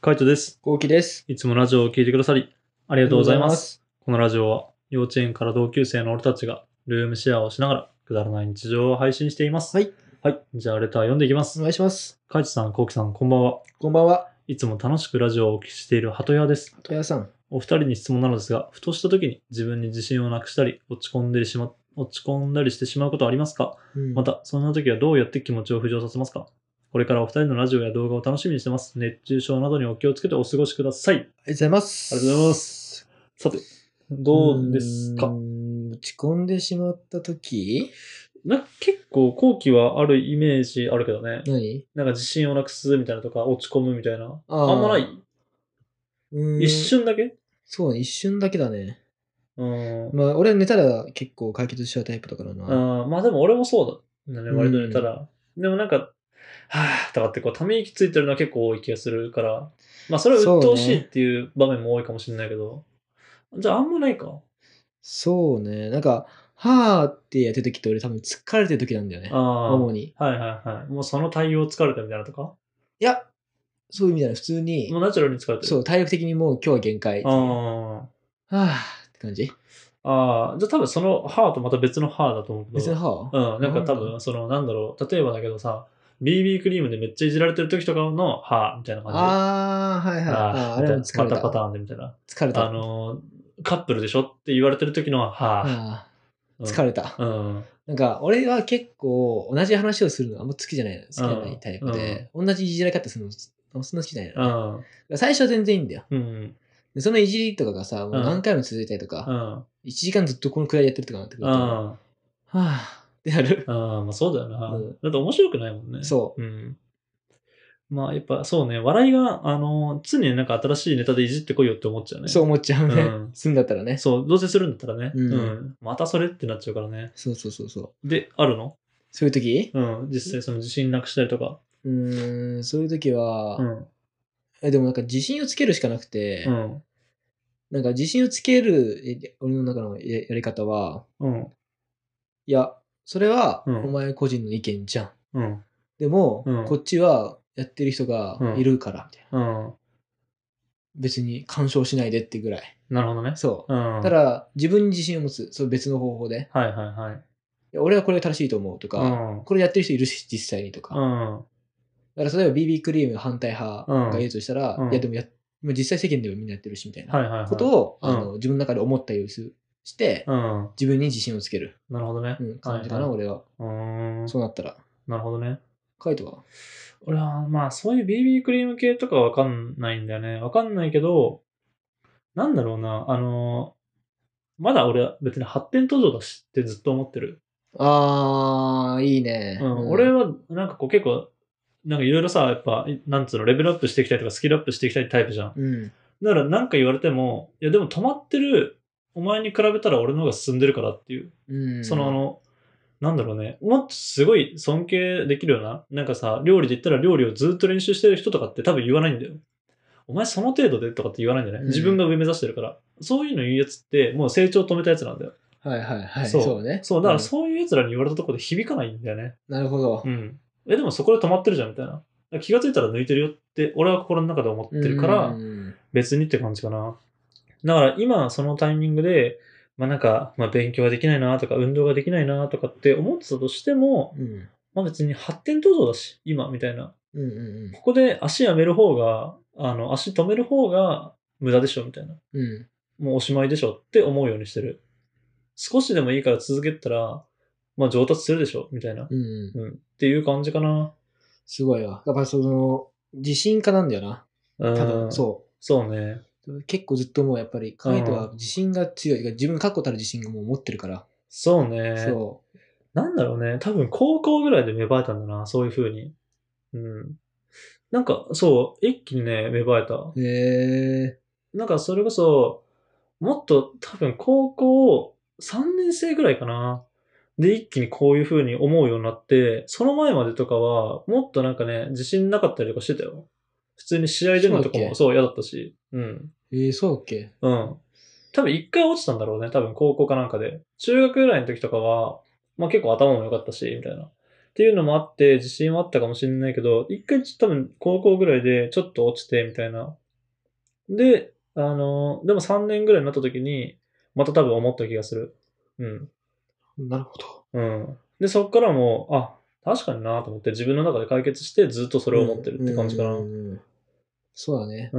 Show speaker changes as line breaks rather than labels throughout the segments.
カイトです。
こうきです。
いつもラジオを聞いてくださり、あり
あ
がとうございます。。このラジオは、幼稚園から同級生の俺たちが、ルームシェアをしながら、くだらない日常を配信しています。
はい。
はい。じゃあ、レター読んでいきま
お
す。
願いします。
カイトさん、コウキさん、こんばんは。
こんばんは、
いつも楽しくラジオをお聞きしている鳩屋です。
とやさん。
お二人に質問なのですが、ふとした時に自分に自信をなくしたり、落ち込んでしま、落ち込んだりしてしまうことはありますかまた、そんな時はどうやって気持ちを浮上させますかこれからお二人のラジオや動画を楽しみにしてます。熱中症などにお気をつけてお過ごしください。
ありがとうございます。
ありがとうございます。さて、どうです
うー
か
ん落ち込んでしまった時
なんか結構後期はあるイメージあるけどね。
何
なんか自信をなくすみたいなとか、落ち込むみたいな。
あー
あんまない、
うーん
一。瞬だけ
そうね、一瞬だけだね。
うん。
まあ、俺寝たら結構解決しちゃうタイプだからな。
あーまあでも俺もそうだ。ね、
うん
割と寝たら。でもなんか、はぁとかってこう、ため息ついてるのは結構多い気がするから。まあそれは鬱陶しいっていう場面も多いかもしれないけど。じゃああんまないか。
そうね、なんか、はーってやってる時って俺多分疲れてる時なんだよね。
ああ。
主
はい
に。
はいはい。もうその対応疲れたみたいなとか。
いや、そういう意味じゃない。普通に
もう、ナチュラルに疲れてる。。
そうう、体力的にもう今日は限界。は
ああ。
ーって感じ。
ああ、じゃあ多分その歯とまた別の歯だと思うけど。
別のはー
うん、なんか多
なん
分その、なんだろう、例えばだけどさ、BB クリームでめっちゃいじられてる時とかの歯みたいな感じ。
あー、はいはい。あーあれも
ま
疲
た
れ
またパタ
た。
ーンでみたいな。
疲れた。
あのー、カップルでしょって言われてる時の歯。
あ
うん
あ疲れた。
うん。
なんか、俺は結構、同じ話をするのあんま好きじゃないの。好きじゃないタイプで、同じいじられ方するの、あんまそんな好きじゃないの。
うん。
最初は全然いいんだよ。
うん。
でそのいじりとかがさ、もううん何回も続いたりと
う
か、
ん。
1時間ずっとこのくらいやってるとかなってく
う
ると、は
ん。
あってな る。
ああ、まあそうだよな、
うん
だって面白くないもんね。。
そう
うん。まあやっぱそうね、笑いが、あのー、常になんか新しいネタでいじってこいよって思っちゃうね。
そう思っちゃうね。
うん
すんだったらね。
そう、どうせするんだったらね。
うん
またそれってなっちゃうからね。
そうそうそうそう。
で、あるの
そういう時
うん。実際その自信なくしたりとか。
うーん、そういう時は、
うん。
えでもなんか自信をつけるしかなくて、
うん。
なんか自信をつける、え俺の中のややり方は、
うん。
いや、それは、
うん
お前個人の意見じゃん。
うん。
でも、
うん
こっちはやってる人がいるから、みたいな。
うん。
別に干渉しないでってぐらい。
なるほどね。
そう。
うん。
ただ、自分に自信を持つ。そう別の方法で。
はいはいはい。
いや俺はこれが正しいと思うと
う
か、
ん。
これやってる人いるし、実際にとか。
う
だ
ん。
から、例えば BB クリーム反対派が言うとしたら、
うんうん
いや、でもや、もう実際世間ではみんなやってるし、みたい
はい
な
はいはい。
ことを、
うん
あの自分の中で思ったようにすして、
うん。
自分に自信をつける、
なるほどね。
うん、感じかな、
はいはい
俺は。
うーん。
そうなったら。
なるほどね。
カイトは
俺は、まあ、そういう BB クリーム系とかわかんないんだよね。わかんないけど、なんだろうな、あの、まだ俺は別に発展途上だしってずっと思ってる。
あー、いいね。
うん、
うん
俺は、なんかこう結構、なんかいろいろさ、やっぱ、いなんつうの、レベルアップしていきたいとか、スキルアップしていきたいタイプじゃん。
うん。
だから、なんか言われても、いや、でも止まってる、お前に比べたら俺の方が進んでるからっていう、
うん。
その、あの、なんだろうね、もっとすごい尊敬できるような、なんかさ、料理で言ったら料理をずっと練習してる人とかって多分言わないんだよ。お前その程度でとかって言わないんじゃない
うん
自分が上目指してるから。そういうの言うやつって、もう成長を止めたやつなんだよ。
はいはいはい。
そ
そううね。
そう、だから
ん
そういうやつらに言われたところで響かないんだよね。
なるほど
う。ん。え、でもそこで止まってるじゃんみたいな。気がついたら抜いてるよって、俺は心の中で思ってるから、
うん
別にって感じかな。だから今そのタイミングで、まあなんか、まあ勉強ができないなとか、運動ができないなとかって思ってたとしても、
うん。
まあ別に発展途上だし、今みたいな。
うんうん
ここで足やめる方が、あの、足止める方が無駄でしょみたいな。
うん。うん。
もうおしまいでしょって思うようにしてる。少しでもいいから続けてたら、まあ上達するでしょみたいな。
うんうん。
うん。っていう感じかな。
すごいわ。やっぱその、自信家なんだよな。
うん。
多分、そ
そうね。
う。結構ずっともうやっぱり、カイトは自信が強い。自分確固たる自信がもう持ってるから。
そうね。
そ
なんだろうね。多分高校ぐらいで芽生えたんだな、そういう風に。うん。なんか、そう、一気にね、芽生えた。
う。へえ。
なんか、それこそ、もっと多分高校3年生ぐらいかな。で、一気にこういう風に思うようになって、その前までとかは、もっとなんかね、自信なかったりとかしてたよ。普通に試合出るのとか
そうだっ
も
け
そう嫌だったし。うん。
えー、そうだっけ
うん。多分一回落ちたんだろうね。多分高校かなんかで。中学ぐらいの時とかは、まあ結構頭も良かったし、みたいな。っっていうのもあって、自信はあったかもしれないけど、一回ちょっと多分高校ぐらいでちょっと落ちてみたいな。で、あの、でも3年ぐらいになった時に、また多分思った気がする。うん。
なるほど。
うん。で、そっからもう、あ、確かになと思って自分の中で解決してずっとそ
そ
れを持ってるって感じかな。うん。
そうだね。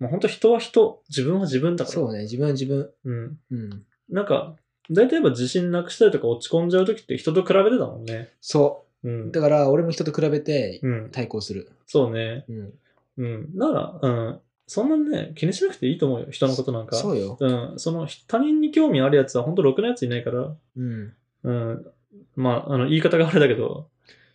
まあ、本当人は人、自分は自分だから。
そうだね。自分は自分。
うん。
うん。
なんか、大体やっぱ自信なくしたりとか落ち込んじゃう時って人と比べてたもんね。
そうう。
ん。
だから、俺も人と比べて
うん。
対抗する。
そうね。
うん。
うん。なら、うん。そんなね、気にしなくていいと思うよ。人のことなんか。
そうよ。
うん。その、他人に興味あるやつは本当ろくなやついないから、
うん。
うん。まあ、あの、言い方があれだけど、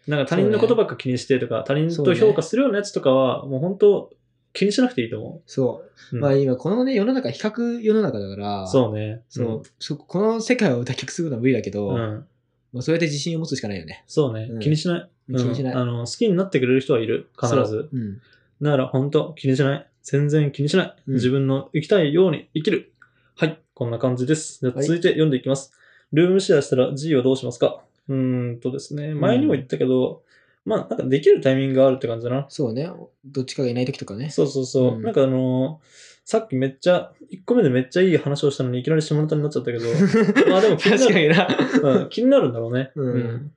なんか他人の
そう
こ
ね
とばっか気にしてとか、他人
そう
と
ね
評価するようなやつとかは、もう本当気にしなくていいと思
そ
う。
う。
うん
まあ今、このね、世の中、比較世の中だから、
そうね。
そう。そこの世界を脱却するのは無理だけど、
うん。う
も
ん。
うそうやって自信を持つしかないよね。
そうね
う。ん
気にしない。
気にしない。
うんあの、好きになってくれる人はいる。必ず。
そう。うん。
なら本当気にしない。全然気にしない。
うん
自分の生きたいように生きる。はい、こんな感じです。じゃあ
はい
続いて読んでいきます。ルームシェアしたら G はどうしますかうーんとですね、前にも言ったけど、まあなんかできるタイミングがあるって感じだな。
そうね。どっちかがいない時とかね。
そうそうそう。
うん
なんかあのーさっきめっちゃ、1個目でめっちゃいい話をしたのにいきなり下ネタになっちゃ ったけど、まあでも気にな
確か
る、
にな。
うん、気になるんだろうね。
うん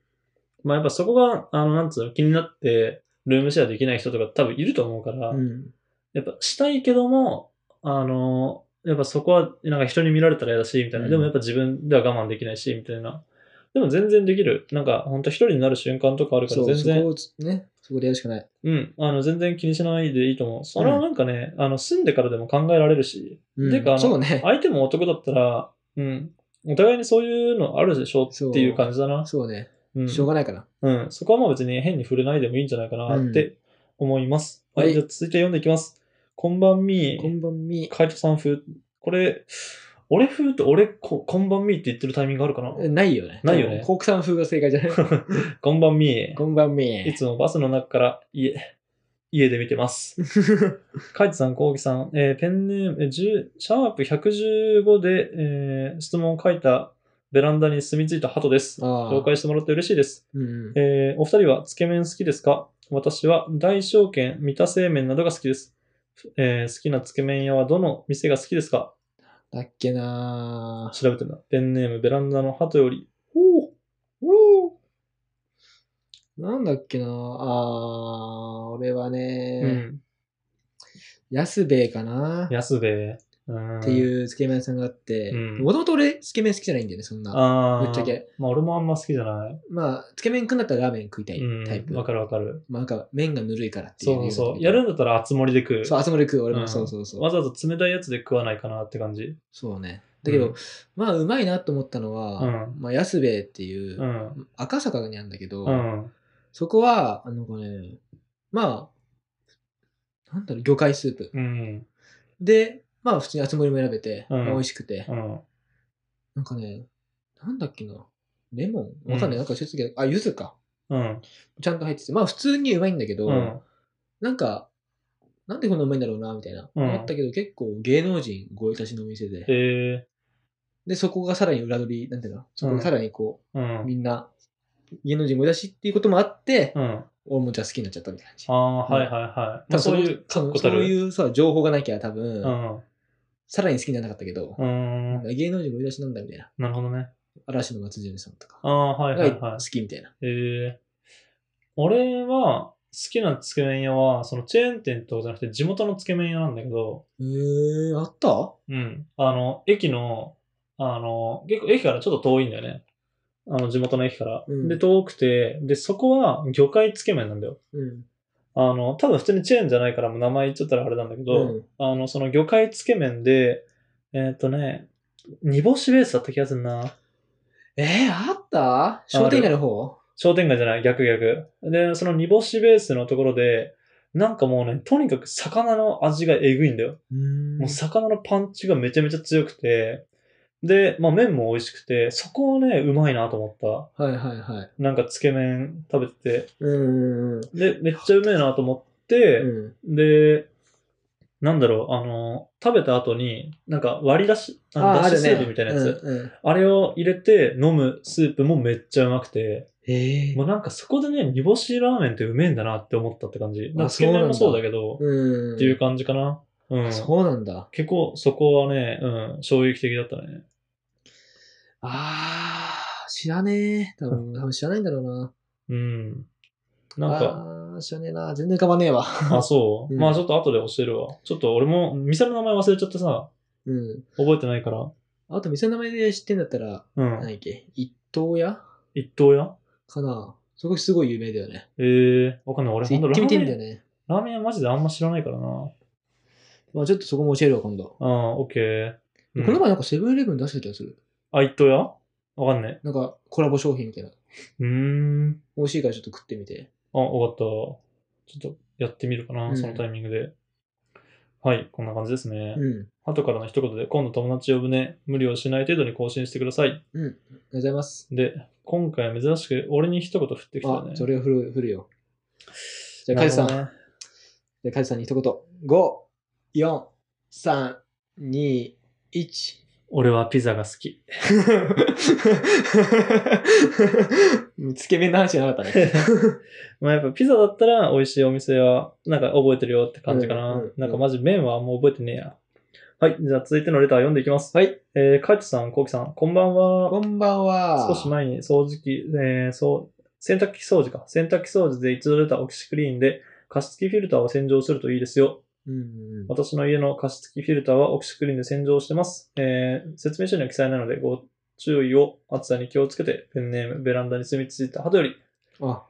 まあやっぱそこが、あの、なんつうの、気になって、ルームシェアできない人とか多分いると思うから、
うん。
やっぱしたいけども、あの、やっぱそこは、なんか人に見られたら嫌だし、みたいな。
うん
でもやっぱ自分では我慢できないし、みたいな。でも全然できる。なんか、本当一人になる瞬間とかあるから、
そう、
全
そこ
然、
をつね、そこでやるしかない。
うん、あの、全然気にしないでいいと思う。それはなんかね、あの、住んでからでも考えられるし、
うん
てかあの
そうね。
相手も男だったら、うん、お互いにそういうのあるでしょっていう感じだな。
そうね。
うん、
しょうがないから。
うん、そこはまあ別に変に触れないでもいいんじゃないかなって思います。
うん
はい、
はい
じゃあ続いて読んでいきます。こんばんみー。
こんばんみ。
カイトさん風。これ、俺風って俺こ、こんばんみーって言ってるタイミングあるかな
えないよね。
ないよね
国産風が正解じゃ ない。
こんばんみ
こんばん
ー。い
み。
つもバスの中から家、家で見てます。カイトさん、コウキさん、えーペンネーム、えー10シャープ115で、えー質問を書いたベランダに住み着いた鳩です。
あ
紹介してもらって嬉しいです。
うんうん。
えーお二人はつけ麺好きですか私は大小県、三田製麺などが好きです。えー好きなつけ麺屋はどの店が好きですか
だっけなぁ
調べてんだ。ペンネーム、ベランダの鳩より。おおお
なんだっけなぁあー俺は
う
ね、
ん。
安兵衛かなっ
安兵衛。って
いうつけ麺屋さんがあって、
うん
もともと俺、つけ麺好きじゃないんだよね、そんな。
ああ。
ぶっちゃ。け。
まあ、俺もあんま好きじゃない。
まあ、つけ麺食うんだったらラーメン食いたい
うん
タイプ。
わかるわかる。
まあ、なんか麺がぬるいからって
そ
いう理由
う
だ
そ
け
う。
ど
やるんだったら熱盛りで食う。
そう、集まり食う、俺
うん
も。そうそうそう。
わざわざ冷たいやつで食わないかなって感じ。
そうね。だけど、まあ、うまいなと思ったのは、
うん
まあ、安兵衛っていう、
うん。
赤坂にあるんだけど、
うん。
そこは、あのね、まあ、なんだろう、魚介スープ。
うん。
で、まあ、普通に厚盛りも選べて、
うん
まあ美味しくて、
うん。
なんかね、なんだっけな、レモ
うん
ンわかんない、なんかちょっとだけどあ、柚子か。
うん。
ちゃんと入ってて、まあ、普通にうまいんだけど、
うん。
なんか、なんでこんなうまいんだろうな、みたいな。
うん
思ったけど、結構芸能人ごいたしのお店で、
え
で、そこがさらに裏取り、なんていうのそこがさらにこ
ー。う
う、
ん。
みんな、芸能人ごいたしっていうこともあって、
うん。
俺もじゃあ好きになっちゃったみたいな感じ
あ。あ、はいはいはい。ま
多
あ、
分
そうい
の
う、確固
そ
た
う
る。う。
いうさ、情報がなきゃ多分、
うん。
さらに好きにならなかったけど、
うん。
芸能人ごい出しなんだみたいな。
なるほどね。
嵐の松潤さんとか。
ああ、はいはいはい
が好。きみたいな。
ええ俺は好きなつけ麺屋は、そのチェーン店とかじゃなくて地元のつけ麺屋なんだけど、
えー、あった
うん。あの、駅の、あの、結構駅からちょっと遠いんだよね。あの、地元の駅から。
うん
で、遠くて、で、そこは魚介つけ麺なんだよ。
うん。
あの、多分普通にチェーンじゃないから、もう名前言っちゃったらあれなんだけど、
うん
あの、その魚介つけ麺で、えーっとね、煮干しベースだった気がするな。
えー、あった商店街の方
商店街じゃない、逆逆。で、その煮干しベースのところで、なんかもうね、とにかく魚の味がえぐいんだよ。
うん
もう魚のパンチがめちゃめちゃ強くて、で、まあ麺も美味しくて、そこはね、うまいなと思った。
はいはいはい。
なんかつけ麺食べてて、
うん。うん。
で、めっちゃうめえなと思って、
うん
で、なんだろう、あの、食べた後に、なんか割り出し、あの
あー、あ
出
る
汁
ね
スープみたいなやつ、
うんうん
あれを入れて飲むスープもめっちゃうまくて、
ええ
まあなんかそこでね、煮干しラーメンってうめえんだなって思ったって感じ。なんかつけ麺も
そ
そうう
なんだ
だけど、
うん。
っていう感じかな。うん。
そうなんだ。
結構そこはね、うん、衝撃的だったね。
ああ、知らねえ。多分、多分知らないんだろうな。
うん。なんか、
か。知らねえな。全然浮かばねえわ。
あ、そう、
うん
まあちょっと後で教えるわ。ちょっと俺も、店の名前忘れちゃってさ、
うん。
覚えてないから。
あと、店の名前で知ってんだったら、
うん。
何だっけ一等屋
一等屋
かなそこすごい有名だよね。
ええわかんない。俺、ほんと
行っ
ラ
てみて
ー
ん
メ
だよ
ン、
ね。
ラーメン屋マジであんま知らないからな。
まあちょっとそこも教えるわ、今度。
うん、オッケー。うん
この前なんかセブンイレブン出した気がする。
あ、一等屋わかんない。
なんかコラボ商品みたいな。
うーん。
美味しいからちょっと食ってみて。
あ、わかった。ちょっとやってみるかな、
うん
そのタイミングで。はい、こんな感じですね。
うん。
後からの一言で、今度友達呼ぶね、無理をしない程度に更新してください。
うん。ありがとうございます。
で、今回は珍しく俺に一言振ってきた
あ
ね、。
それを振る振るよ。じゃあ、
な
カ
る
ズ
ほ
さ
ど
ん。
ね、
じゃあ、カズさんに一言。5、4、3、2、1。
俺はピザが好き。
つけ麺の話じゃなかったね。
まあやっぱピザだったら美味しいお店はなんか覚えてるよって感じかな。
うんうんうん
なんかマジ麺はあんま覚えてねえや。はい、じゃあ続いてのレター読んでいきます。
はい。
えー、カイトさん、コウキさん、こんばんは。
こんばんは。
少し前に掃除機、えー、そう、洗濯機掃除か。洗濯機掃除で一度出たオキシクリーンで加湿器フィルターを洗浄するといいですよ。
うんうん
私の家の加湿器フィルターはオキシクリーンで洗浄してます。えー説明書には記載なのでご注意を、暑さに気をつけて、ペンネーム、ベランダに住み着いた鳩より、
うん。あ、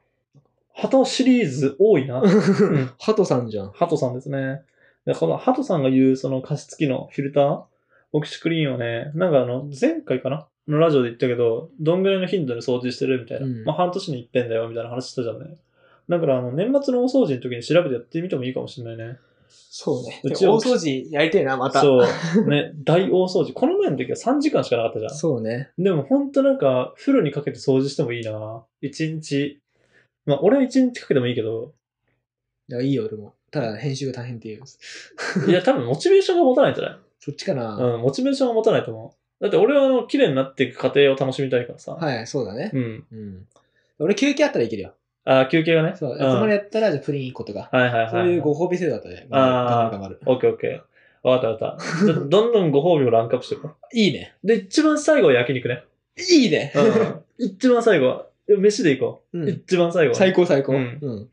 鳩シリーズ多いな。ん
ハトさんじゃん。
鳩さんですね。で、この鳩さんが言うその加湿器のフィルター、オキシクリーンをね、なんかあの、前回かなのラジオで言ったけど、どんぐらいの頻度で掃除してるみたいな。
うん
まあ半年に一遍だよみたいな話したじゃんね。だからあの、年末のお掃除の時に調べてやってみてもいいかもしれないね。
そうね。
う
大
ちは
掃除やりたいな、また。
そう。ね、 大大掃除。この前の時は3時間しかなかったじゃん。
そうね。
でも本当なんか、風呂にかけて掃除してもいいな。一日。まあ、俺は一日かけてもいいけど、
いや、いいよ、俺も。ただ、編集が大変っていう。
いや、多分モチベーションが持たないんじゃない
そっちかな。
うん、モチベーションが持たないと思う。だって俺はあの、綺麗になっていく過程を楽しみたいからさ。
はい、そうだね。
うん。
うん。俺、休憩あったらいけるよ。
あー休憩がね。
そう。
ん
そこまで
はい
やったら、じゃあプリン1個とか。
はいはい。
そういうご褒美制度だったね。
あー
頑張る頑張る。
オッケーオッケー。わかったわかった。ちょっとどんどんご褒美をランクアップしていこう。
いいね。
で、一番最後は焼肉ね。
いいね。
うん。 一番最後は、飯でいこ
う
う。
ん。
一番最後はね、
最高最高。
う
うんん。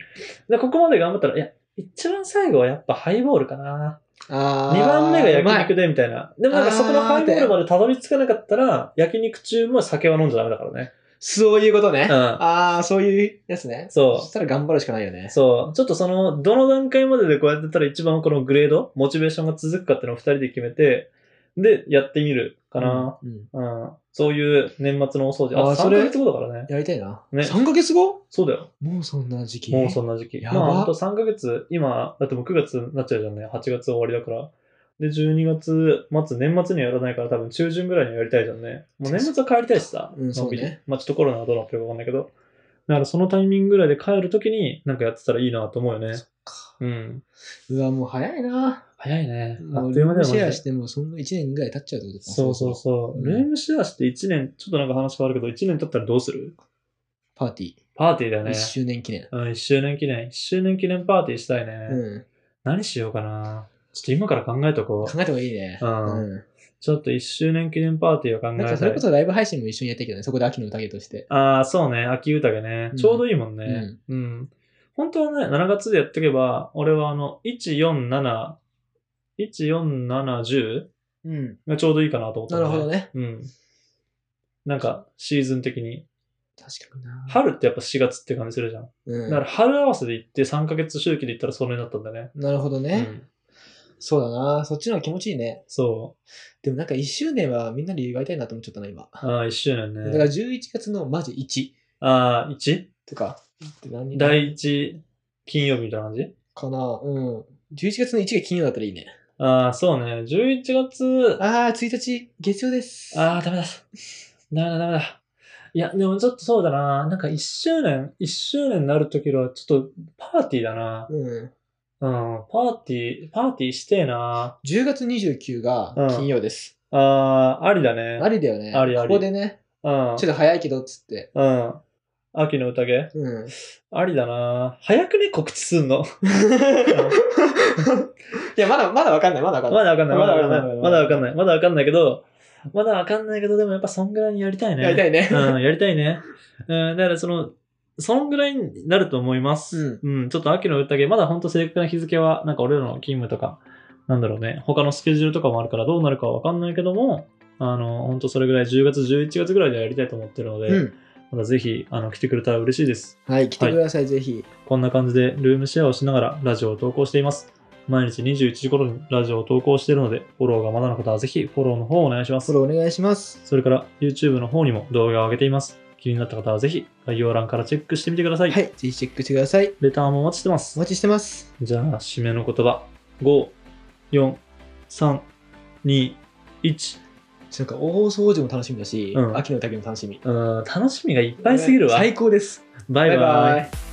で、ここまで頑張ったら、いや、一番最後はやっぱハイボールかな。
あー
2番目が
うまい
焼肉でみたいな。でもなんかそこのハイボールまでたどり着かなかったら、焼肉中も酒は飲んじゃダメだからね。
そういうことね。
う
ああ、そういうやつね。
ん。そ
そしたら頑張るしかないよね
う。。そう。ちょっとその、どの段階まででこうやってたら一番このグレード、モチベーションが続くかっていうのを2人で決めて、で、やってみるかな。
うん。うん
うん。そういう年末のお掃除。
あ
あ、3
ーそ
ヶ
れ
月後だからね。
やりたいな。
ね
3ヶ月後
そうだよ。
もうそんな時期。
もうそんな時期。
や
ま
ば
あ、あと3ヶ月、今、だってもう9月になっちゃうじゃんね。8月終わりだから。で、12月末、年末にはやらないから多分中旬ぐらいにはやりたいじゃんね。もう年末は帰りたいしさ。
うんそうね
まあちょっとコロナはどうなってるかわかんないけど。だからそのタイミングぐらいで帰るときになんかやってたらいいなと思うよね。うん。
うわ、もう早いな。
早いねあ
も
っ
う
と
ル
いう
ー
間だ
ム
よ、
シェ
マ
ア
ジ
し
で。
てもうそんな1年ぐらい経っちゃうってことです
そうそうそう。ルームシェアして1年、ちょっとなんか話変わるけど、1年経ったらどうする
パーティ
パーティーだよ
ー。
ね。
1周年記念。
うん、1周年記念。1周年記念パーティーしたいね。
うん。
何しようかな。ちょっと今から考えとこう。
考えた方がいいね。
うん
う
ちょっと1周年記念パーティーを考
ん。なん
え
かそ
た
れ
い
こ。そライブ配信も一緒にやったけどね、そこで秋の宴として。
ああ、そうね。秋宴ね
う。ん
ちょうどいいもんね。うん。本当はね、7月でやっておけば、俺はあの、147、14710
うん。
がちょうどいいかなと思った、
なるほど。ね。
うん。なんか、シーズン的に。
確かにな。
春ってやっぱ4月って感じするじゃん。
う
だ
ん
から春合わせで行って3ヶ月周期で行ったらそれになったんだね。
なるほど
う
ね。
ん。
そうだな。そっちの方が気持ちいいね。
そ
でもなんか1周年はみんなで祝いたいなと思っちゃったな、今。
う。ああ、1周年
だから
ね。
11月のマジ1
ああ、1?
とかって何
第1金曜日みたいな感じ
かな。うん。11月の1が金曜だったらいいね。
ああ、そうね。11月、
あー、1日、月曜です。
ああ、ダメだ。ダメだ、ダメだ。いや、でもちょっとそうだな。なんか1周年、1周年になるときは、ちょっとパーティーだな。
うん。
うん、パーティー、パーティーしてえな。
10月29が金曜です。
ああ、ありだね。
ありだよね。
ありあり
ここでね、
うん。
ちょっと早いけどっつって、
うん。秋の宴
うん。
ありだな早くね、告知すん の。
いや、まだ、まだわかんない、まだわかんな
ま
い。
だわかんない、まだわかんない、ま
ま
だ
だ
わ
わ
か
か
ん
ん
な、
ない
まだわかんないけど、まだわかんないけど、でもやっぱそんぐらいにやりたいね。
やりたいね。
うん、やりたいね。うん、だからその、そんぐらいになると思います。うん、ちょっと秋の宴、まだ本当正確な日付は、なんか俺らの勤務とか、なんだろうね、他のスケジュールとかもあるからどうなるかはわかんないけども、あの、本当それぐらい、10月、11月ぐらいでやりたいと思ってるので、
うん。
またぜひ、あの、来てくれたら嬉しいです。
はい、来てください、ぜひ。
こんな感じでルームシェアをしながらラジオを投稿しています。毎日21時頃にラジオを投稿しているので、フォローがまだの方はぜひフォローの方をお願いしま
フ
す
ォ。ローお願いします。
それから YouTube の方にも動画を上げています。気になった方はぜひ概要欄からチェックしてみてください。
はい、ぜひチェックしてください。
レターもお待ちしてま
お
す。
待ちしてます。
じゃあ、締めの言葉。5、4、3、2、1。
なんか、大掃除も楽しみだし
う、ん
秋の旅も楽しみ。
うーん、楽しみがいっぱいすぎるわ。
最高です。
バイバイ。
バイバイ